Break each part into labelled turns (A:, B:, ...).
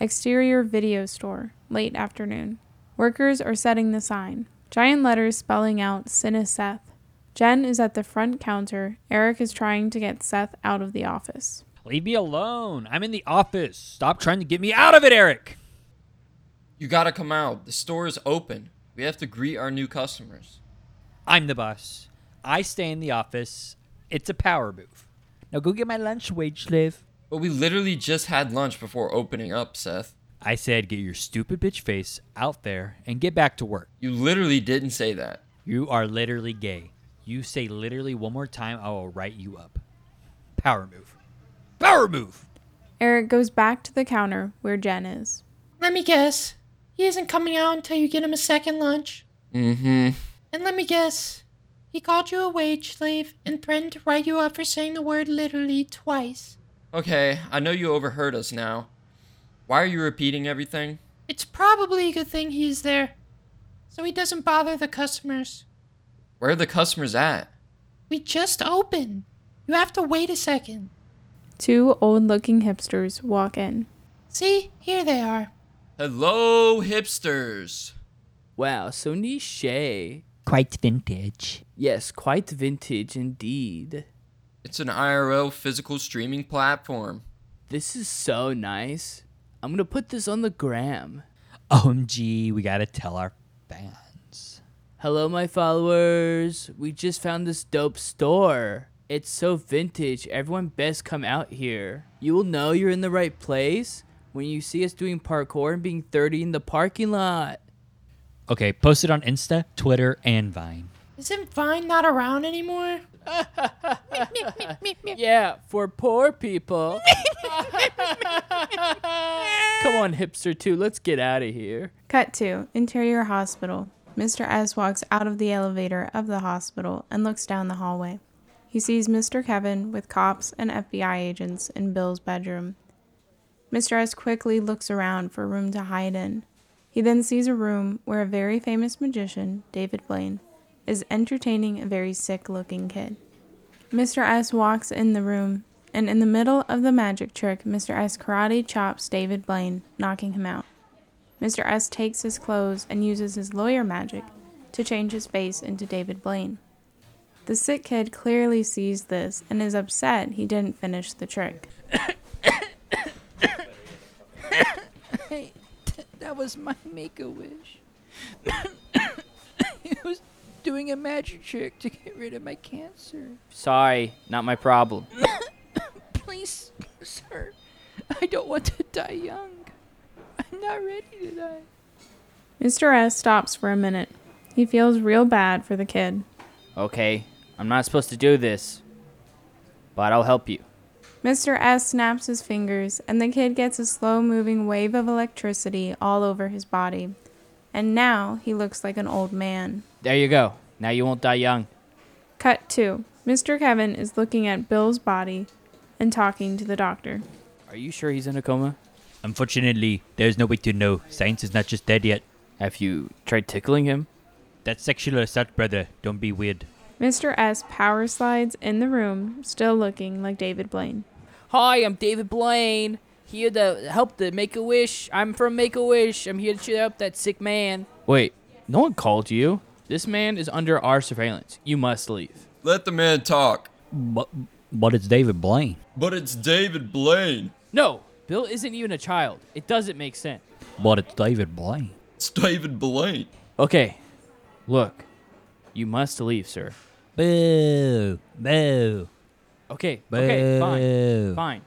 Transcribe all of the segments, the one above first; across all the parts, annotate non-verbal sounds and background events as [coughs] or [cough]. A: Exterior video store, late afternoon. Workers are setting the sign. Giant letters spelling out Cineseth. Jen is at the front counter. Eric is trying to get Seth out of the office.
B: Leave me alone. I'm in the office. Stop trying to get me out of it, Eric.
C: You gotta come out. The store is open. We have to greet our new customers.
B: I'm the boss. I stay in the office. It's a power move. Now go get my lunch, wage slave.
C: But we literally just had lunch before opening up, Seth.
B: I said, get your stupid bitch face out there and get back to work.
C: You literally didn't say that.
B: You are literally gay. You say literally one more time, I will write you up. Power move. Power move!
A: Eric goes back to the counter where Jen is.
D: Let me guess. He isn't coming out until you get him a second lunch.
C: Mm
E: Mm-hmm.
C: hmm.
D: And let me guess. He called you a wage slave and threatened to write you up for saying the word literally twice.
C: Okay, I know you overheard us now. Why are you repeating everything?
D: It's probably a good thing he's there, so he doesn't bother the customers.
C: Where are the customers at?
D: We just opened. You have to wait a second.
A: Two old looking hipsters walk in.
D: See, here they are.
C: Hello, hipsters!
E: Wow, so niche.
B: Quite vintage.
E: Yes, quite vintage indeed.
C: It's an IRL physical streaming platform.
E: This is so nice. I'm gonna put this on the gram.
B: OMG, we gotta tell our fans.
E: Hello, my followers. We just found this dope store. It's so vintage. Everyone best come out here. You will know you're in the right place when you see us doing parkour and being 30 in the parking lot.
B: Okay, post it on Insta, Twitter, and Vine.
D: Isn't Vine not around anymore?
E: Yeah, for poor people. [laughs] come on, hipster two. Let's get out of here.
A: Cut to Interior Hospital. Mr. S walks out of the elevator of the hospital and looks down the hallway. He sees Mr. Kevin with cops and FBI agents in Bill's bedroom. Mr. S quickly looks around for a room to hide in. He then sees a room where a very famous magician, David Blaine, is entertaining a very sick looking kid. Mr. S walks in the room, and in the middle of the magic trick, Mr. S karate chops David Blaine, knocking him out. Mr. S takes his clothes and uses his lawyer magic to change his face into David Blaine. The sick kid clearly sees this and is upset he didn't finish the trick.
F: Hey, that was my make a [coughs] wish. it was doing a magic trick to get rid of my cancer.
E: Sorry, not my problem.
F: Please, sir, I don't want to die young. I'm not ready to die.
A: Mr. S stops for a minute. He feels real bad for the kid.
E: Okay, I'm not supposed to do this, but I'll help you.
A: Mr. S snaps his fingers, and the kid gets a slow moving wave of electricity all over his body. And now he looks like an old man.
E: There you go. Now you won't die young.
A: Cut 2. Mr. Kevin is looking at Bill's body and talking to the doctor.
E: Are you sure he's in a coma?
B: Unfortunately, there's no way to know. Science is not just dead yet.
E: Have you tried tickling him?
B: That's sexual assault, brother. Don't be weird.
A: Mr. S power slides in the room, still looking like David Blaine.
E: Hi, I'm David Blaine. Here to help the Make a Wish. I'm from Make a Wish. I'm here to cheer up that sick man. Wait, no one called you. This man is under our surveillance. You must leave.
C: Let the man talk.
B: But, but it's David Blaine.
C: But it's David Blaine.
E: No, Bill isn't even a child. It doesn't make sense.
B: But it's David Blaine.
C: It's David Blaine.
E: Okay, look, you must leave, sir.
B: Boo. Boo.
E: Okay,
B: Boo.
E: okay, fine, fine.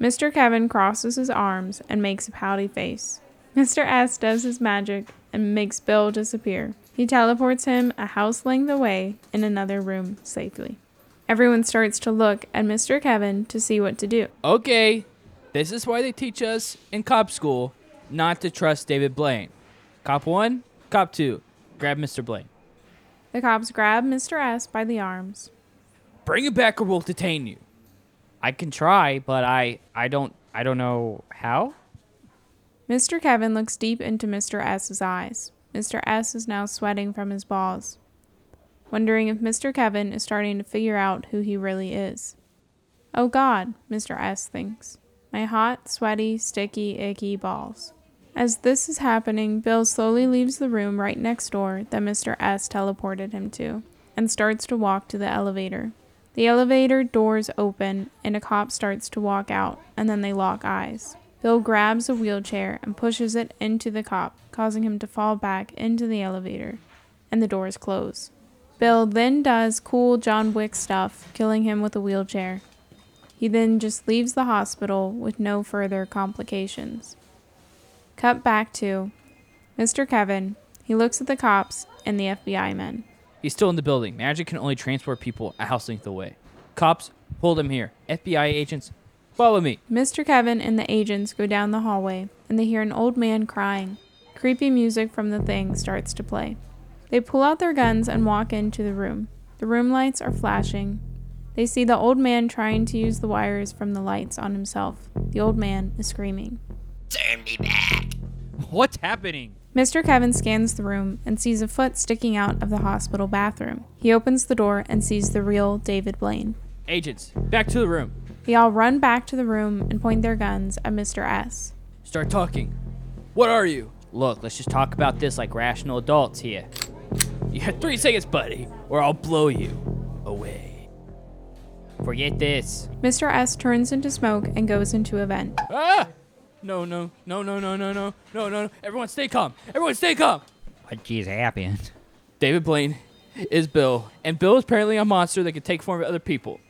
A: Mr. Kevin crosses his arms and makes a pouty face. Mr. S does his magic and makes Bill disappear. He teleports him a house length away in another room safely. Everyone starts to look at Mr. Kevin to see what to do.
E: Okay, this is why they teach us in cop school not to trust David Blaine. Cop one, cop two, grab Mr. Blaine.
A: The cops grab Mr. S by the arms.
E: Bring him back or we'll detain you. I can try, but I I don't I don't know how.
A: Mr. Kevin looks deep into Mr. S's eyes. Mr. S is now sweating from his balls, wondering if Mr. Kevin is starting to figure out who he really is. Oh God, Mr. S thinks. my hot, sweaty, sticky, icky balls. As this is happening, Bill slowly leaves the room right next door that Mr. S teleported him to and starts to walk to the elevator. The elevator doors open and a cop starts to walk out, and then they lock eyes. Bill grabs a wheelchair and pushes it into the cop, causing him to fall back into the elevator, and the doors close. Bill then does cool John Wick stuff, killing him with a wheelchair. He then just leaves the hospital with no further complications. Cut back to Mr. Kevin. He looks at the cops and the FBI men.
E: He's still in the building. Magic can only transport people a house length away. Cops, hold him here. FBI agents, follow me.
A: Mr. Kevin and the agents go down the hallway and they hear an old man crying. Creepy music from the thing starts to play. They pull out their guns and walk into the room. The room lights are flashing. They see the old man trying to use the wires from the lights on himself. The old man is screaming.
B: What's happening?
A: Mr. Kevin scans the room and sees a foot sticking out of the hospital bathroom. He opens the door and sees the real David Blaine.
E: Agents, back to the room.
A: They all run back to the room and point their guns at Mr. S.
E: Start talking. What are you? Look, let's just talk about this like rational adults here. You have three seconds, buddy, or I'll blow you away. Forget this.
A: Mr. S turns into smoke and goes into a vent.
E: Ah! No, no, no, no, no, no, no, no, no, no. Everyone stay calm. Everyone stay calm.
B: What just happened?
E: David Blaine is Bill, and Bill is apparently a monster that can take form of other people.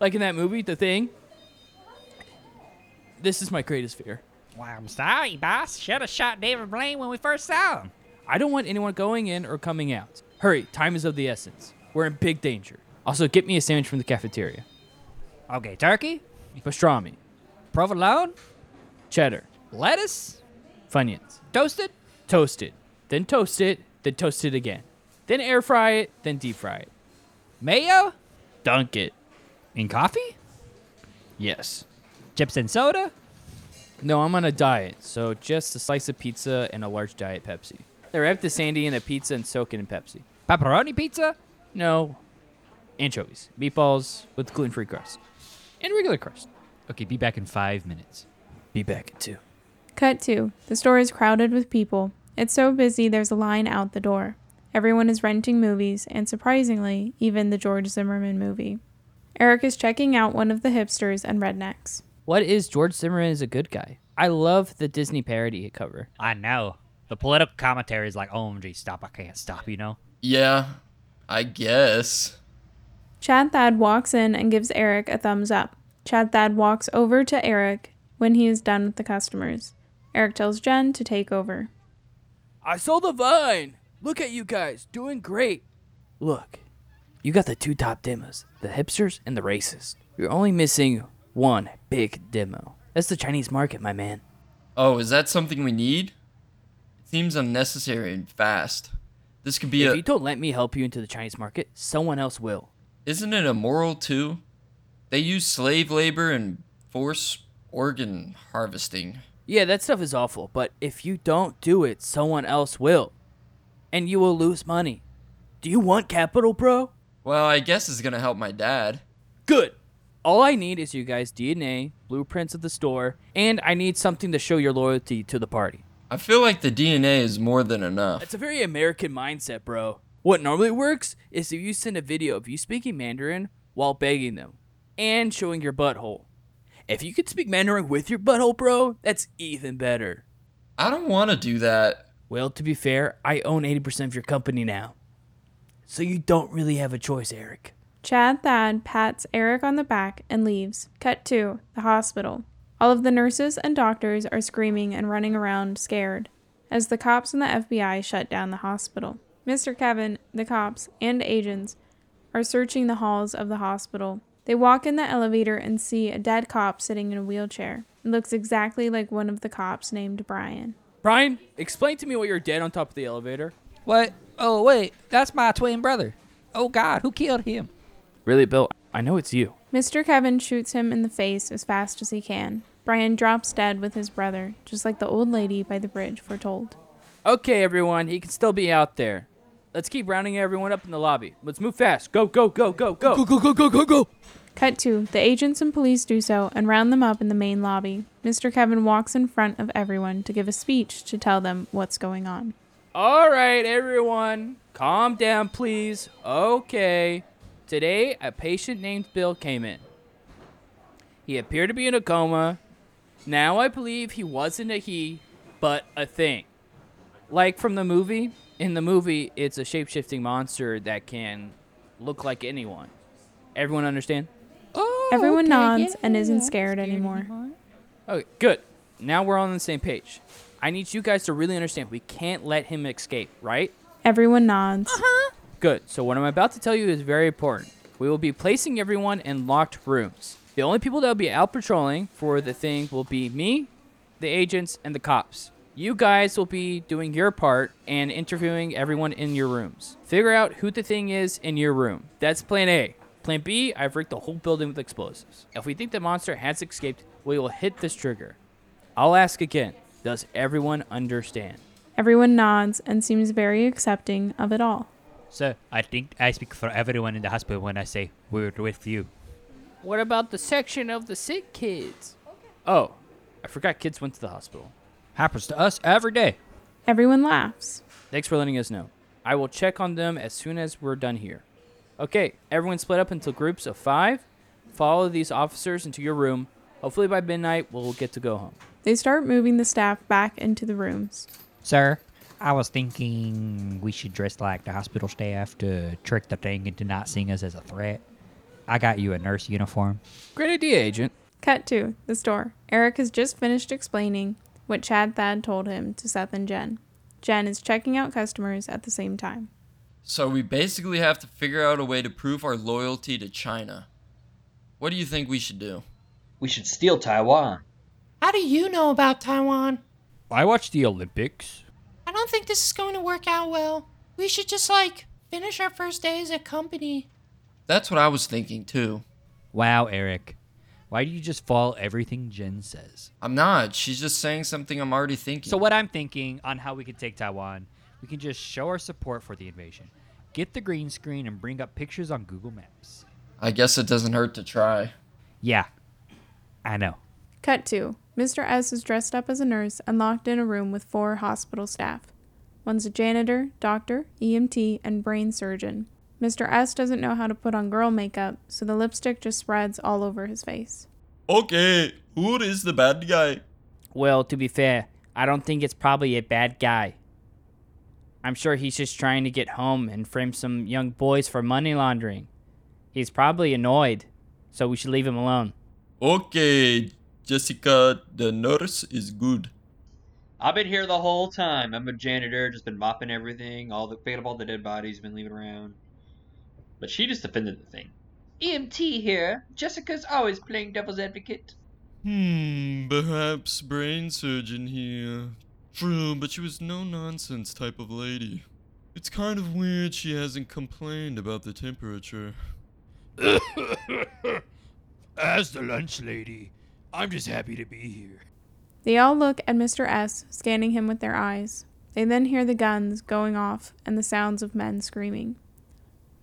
E: Like in that movie, The Thing. This is my greatest fear.
B: Well, I'm sorry, boss. Should have shot David Blaine when we first saw him.
E: I don't want anyone going in or coming out. Hurry, time is of the essence. We're in big danger. Also, get me a sandwich from the cafeteria.
B: Okay, turkey,
E: Pastrami,
B: provolone,
E: cheddar,
B: lettuce,
E: funyuns.
B: toasted.
E: Toast it, then toast it, then toast it again. Then air fry it, then deep fry it.
B: Mayo?
E: Dunk it.
B: In coffee?
E: Yes.
B: Chips and soda?
E: No, I'm on a diet, so just a slice of pizza and a large diet Pepsi. They wrap the sandy in a pizza and soak it in Pepsi.
B: Pepperoni pizza?
E: No, anchovies, meatballs with gluten-free crust, and regular crust.
B: Okay, be back in five minutes.
E: Be back in two.
A: Cut 2. The store is crowded with people. It's so busy there's a line out the door. Everyone is renting movies, and surprisingly, even the George Zimmerman movie. Eric is checking out one of the hipsters and rednecks.
E: What is George Zimmerman is a good guy? I love the Disney parody cover.
B: I know. The political commentary is like, OMG, stop, I can't stop, you know?
C: Yeah, I guess.
A: Chad Thad walks in and gives Eric a thumbs up. Chad Thad walks over to Eric when he is done with the customers. Eric tells Jen to take over.
E: I saw the vine. Look at you guys doing great. Look, you got the two top demos the hipsters and the racist. You're only missing one big demo. That's the Chinese market, my man.
C: Oh, is that something we need? It seems unnecessary and fast. This could be
E: If
C: a.
E: you don't let me help you into the Chinese market, someone else will.
C: Isn't it immoral too? They use slave labor and force organ harvesting.
E: Yeah, that stuff is awful, but if you don't do it, someone else will. And you will lose money. Do you want capital, bro?
C: Well, I guess it's gonna help my dad.
E: Good. All I need is you guys' DNA, blueprints of the store, and I need something to show your loyalty to the party.
C: I feel like the DNA is more than enough.
E: That's a very American mindset, bro. What normally works is if you send a video of you speaking Mandarin while begging them and showing your butthole. If you could speak Mandarin with your butthole, bro, that's even better.
C: I don't wanna do that.
E: Well, to be fair, I own 80% of your company now. So you don't really have a choice, Eric.
A: Chad Thad pats Eric on the back and leaves. Cut to the hospital. All of the nurses and doctors are screaming and running around scared as the cops and the FBI shut down the hospital. Mr. Kevin, the cops, and agents are searching the halls of the hospital. They walk in the elevator and see a dead cop sitting in a wheelchair. It looks exactly like one of the cops named Brian.
E: Brian, explain to me why you're dead on top of the elevator.
F: What? Oh, wait. That's my twin brother. Oh, God. Who killed him?
E: Really, Bill? I know it's you.
A: Mr. Kevin shoots him in the face as fast as he can. Brian drops dead with his brother, just like the old lady by the bridge foretold.
E: Okay, everyone, he can still be out there. Let's keep rounding everyone up in the lobby. Let's move fast. Go, go, go, go, go.
B: go, go, go, go, go.
A: Cut to the agents and police do so and round them up in the main lobby. Mr. Kevin walks in front of everyone to give a speech to tell them what's going on.
E: All right, everyone, calm down, please. Okay. Today, a patient named Bill came in. He appeared to be in a coma. Now I believe he wasn't a he, but a thing. Like from the movie. In the movie, it's a shape shifting monster that can look like anyone. Everyone understand?
F: Oh,
A: Everyone
F: okay,
A: nods
F: yeah,
A: and isn't
F: yeah.
A: scared anymore.
E: Okay, good. Now we're on the same page. I need you guys to really understand we can't let him escape, right?
A: Everyone nods.
E: Good. So what I'm about to tell you is very important. We will be placing everyone in locked rooms. The only people that will be out patrolling for the thing will be me, the agents, and the cops. You guys will be doing your part and interviewing everyone in your rooms. Figure out who the thing is in your room. That's plan A. Plan B, I've rigged the whole building with explosives. If we think the monster has escaped, we will hit this trigger. I'll ask again. Does everyone understand?
A: Everyone nods and seems very accepting of it all.
B: So I think I speak for everyone in the hospital when I say we're with you.
F: What about the section of the sick kids?
E: Oh, I forgot kids went to the hospital.
B: Happens to us every day.
A: Everyone laughs.
E: Thanks for letting us know. I will check on them as soon as we're done here. Okay, everyone split up into groups of five. Follow these officers into your room. Hopefully by midnight, we'll get to go home.
A: They start moving the staff back into the rooms.
G: Sir, I was thinking we should dress like the hospital staff to trick the thing into not seeing us as a threat. I got you a nurse uniform.
E: Great idea, agent.
A: Cut to the store. Eric has just finished explaining what Chad Thad told him to Seth and Jen. Jen is checking out customers at the same time.
C: So we basically have to figure out a way to prove our loyalty to China. What do you think we should do?
H: We should steal Taiwan.
D: How do you know about Taiwan?
B: I watch the Olympics.
D: I don't think this is going to work out well. We should just, like, finish our first day as a company.
C: That's what I was thinking too.
B: Wow, Eric. Why do you just follow everything Jen says?
C: I'm not. She's just saying something I'm already thinking.
B: So what I'm thinking on how we could take Taiwan, we can just show our support for the invasion. Get the green screen and bring up pictures on Google Maps.
C: I guess it doesn't hurt to try.
G: Yeah, I know.
A: Cut to Mr. S is dressed up as a nurse and locked in a room with four hospital staff. One's a janitor, doctor, EMT, and brain surgeon. Mr. S doesn't know how to put on girl makeup, so the lipstick just spreads all over his face.
C: Okay, who is the bad guy?
E: Well, to be fair, I don't think it's probably a bad guy. I'm sure he's just trying to get home and frame some young boys for money laundering. He's probably annoyed, so we should leave him alone.
C: Okay, Jessica, the nurse is good.
H: I've been here the whole time. I'm a janitor, just been mopping everything, all the picking up all the dead bodies, been leaving around. But she just defended the thing.
F: EMT here. Jessica's always playing devil's advocate.
C: Hmm, perhaps brain surgeon here. True, but she was no nonsense type of lady. It's kind of weird she hasn't complained about the temperature.
I: As the lunch lady, I'm just happy to be here.
A: They all look at Mr. S, scanning him with their eyes. They then hear the guns going off and the sounds of men screaming.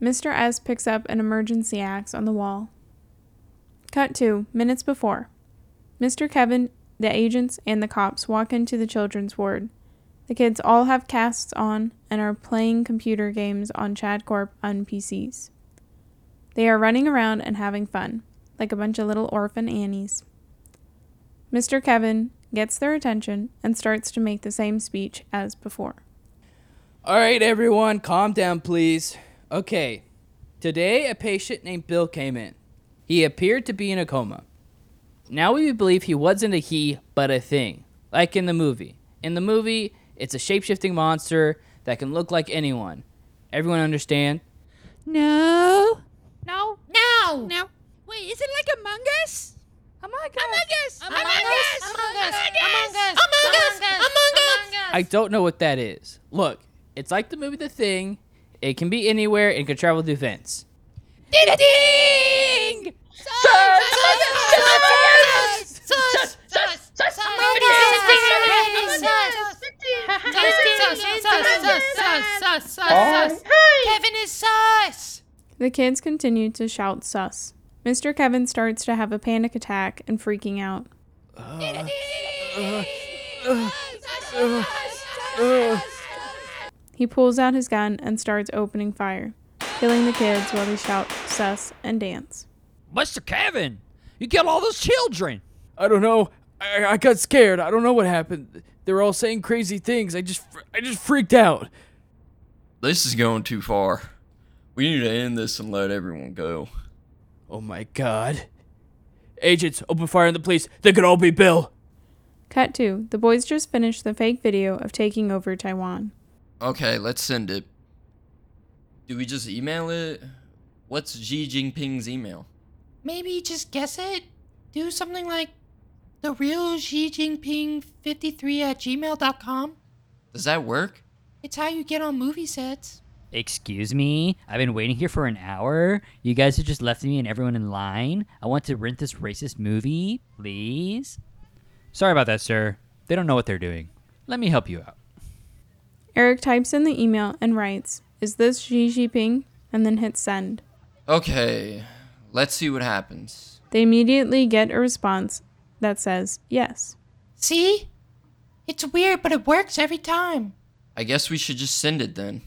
A: Mr. S picks up an emergency axe on the wall. Cut to minutes before. Mr. Kevin, the agents, and the cops walk into the children's ward. The kids all have casts on and are playing computer games on ChadCorp on PCs. They are running around and having fun, like a bunch of little orphan Annies. Mr. Kevin gets their attention and starts to make the same speech as before.
E: All right, everyone, calm down, please. Okay. Today, a patient named Bill came in. He appeared to be in a coma. Now we believe he wasn't a he, but a thing, like in the movie. In the movie, it's a shape shifting monster that can look like anyone. Everyone understand?
F: No. No.
D: Now!
F: No. Wait, is it like Among Us? Among Us. Among Us.
E: I don't know what that is. Look, it's like the movie The Thing. It can be anywhere and can travel through vents.
F: Ding.
D: Kevin is sus!
A: The kids continue to shout sus. Mr. Kevin starts to have a panic attack and freaking out. He pulls out his gun and starts opening fire, killing the kids while they shout, sus, and dance.
B: Mr. Kevin, you killed all those children.
E: I don't know. I, I got scared. I don't know what happened. They were all saying crazy things. I just, fr- I just freaked out.
C: This is going too far. We need to end this and let everyone go.
E: Oh my god. Agents, open fire on the police. They could all be Bill.
A: Cut 2. The boys just finished the fake video of taking over Taiwan.
C: Okay, let's send it. Do we just email it? What's Xi Jinping's email?
D: Maybe just guess it. Do something like the real Xi Jinping 53 at gmail.com.
C: Does that work?
D: It's how you get on movie sets.
G: Excuse me, I've been waiting here for an hour. You guys have just left me and everyone in line. I want to rent this racist movie, please.
B: Sorry about that, sir. They don't know what they're doing. Let me help you out.
A: Eric types in the email and writes, Is this Xi Jinping? And then hits send.
C: Okay, let's see what happens.
A: They immediately get a response that says, Yes.
D: See? It's weird, but it works every time.
C: I guess we should just send it then.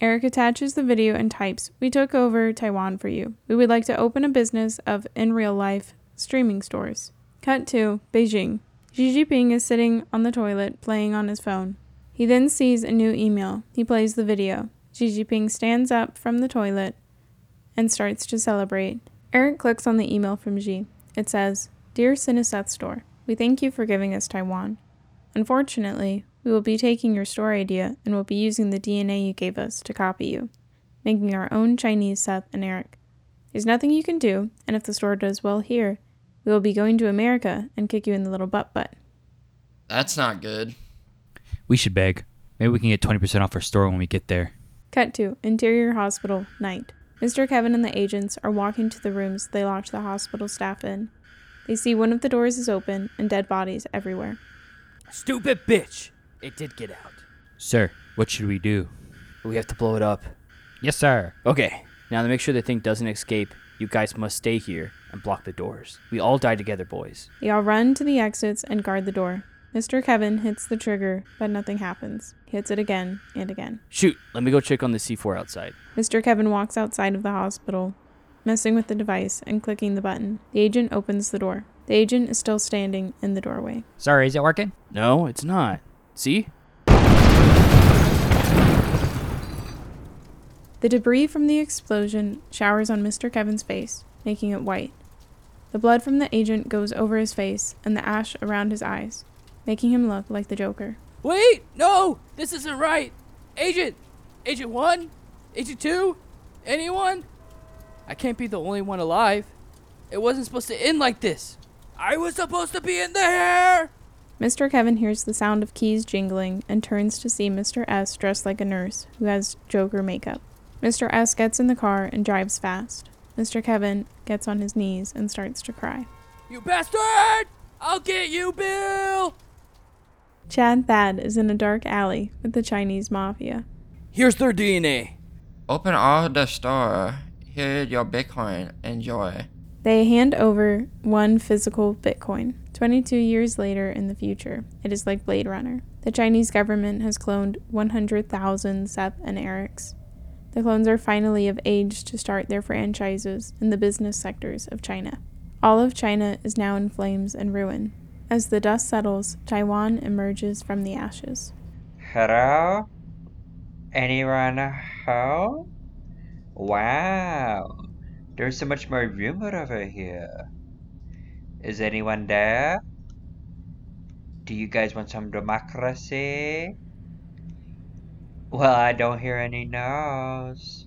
A: Eric attaches the video and types, We took over Taiwan for you. We would like to open a business of in real life streaming stores. Cut to Beijing. Xi Jinping is sitting on the toilet playing on his phone. He then sees a new email. He plays the video. Xi Jinping stands up from the toilet and starts to celebrate. Eric clicks on the email from Xi. It says, Dear Cineseth Store, we thank you for giving us Taiwan. Unfortunately, we will be taking your store idea and will be using the DNA you gave us to copy you, making our own Chinese Seth and Eric. There's nothing you can do, and if the store does well here, we will be going to America and kick you in the little butt butt.
C: That's not good.
B: We should beg. Maybe we can get 20% off our store when we get there.
A: Cut to Interior Hospital, night. Mr. Kevin and the agents are walking to the rooms they locked the hospital staff in. They see one of the doors is open and dead bodies everywhere.
E: Stupid bitch. It did get out.
B: Sir, what should we do?
E: We have to blow it up.
G: Yes, sir.
E: Okay. Now to make sure the thing doesn't escape, you guys must stay here and block the doors. We all die together, boys.
A: They all run to the exits and guard the door. Mr. Kevin hits the trigger, but nothing happens. He hits it again and again.
E: Shoot, let me go check on the C4 outside.
A: Mr. Kevin walks outside of the hospital, messing with the device and clicking the button. The agent opens the door. The agent is still standing in the doorway.
G: Sir, is it working?
E: No, it's not. See?
A: The debris from the explosion showers on Mr. Kevin's face, making it white. The blood from the agent goes over his face and the ash around his eyes, making him look like the Joker.
E: Wait, no, this isn't right. Agent, Agent 1, Agent 2, anyone? I can't be the only one alive. It wasn't supposed to end like this. I was supposed to be in there.
A: Mr. Kevin hears the sound of keys jingling and turns to see Mr. S dressed like a nurse who has Joker makeup. Mr. S gets in the car and drives fast. Mr. Kevin gets on his knees and starts to cry.
E: You bastard! I'll get you, Bill.
A: Chad Thad is in a dark alley with the Chinese mafia.
E: Here's their DNA.
C: Open all the store. Here your Bitcoin. Enjoy.
A: They hand over one physical Bitcoin. 22 years later in the future, it is like Blade Runner. The Chinese government has cloned 100,000 Seth and Erics. The clones are finally of age to start their franchises in the business sectors of China. All of China is now in flames and ruin. As the dust settles, Taiwan emerges from the ashes.
H: Hello? Anyone home? Wow. There's so much more rumor over here. Is anyone there? Do you guys want some democracy? Well, I don't hear any no's.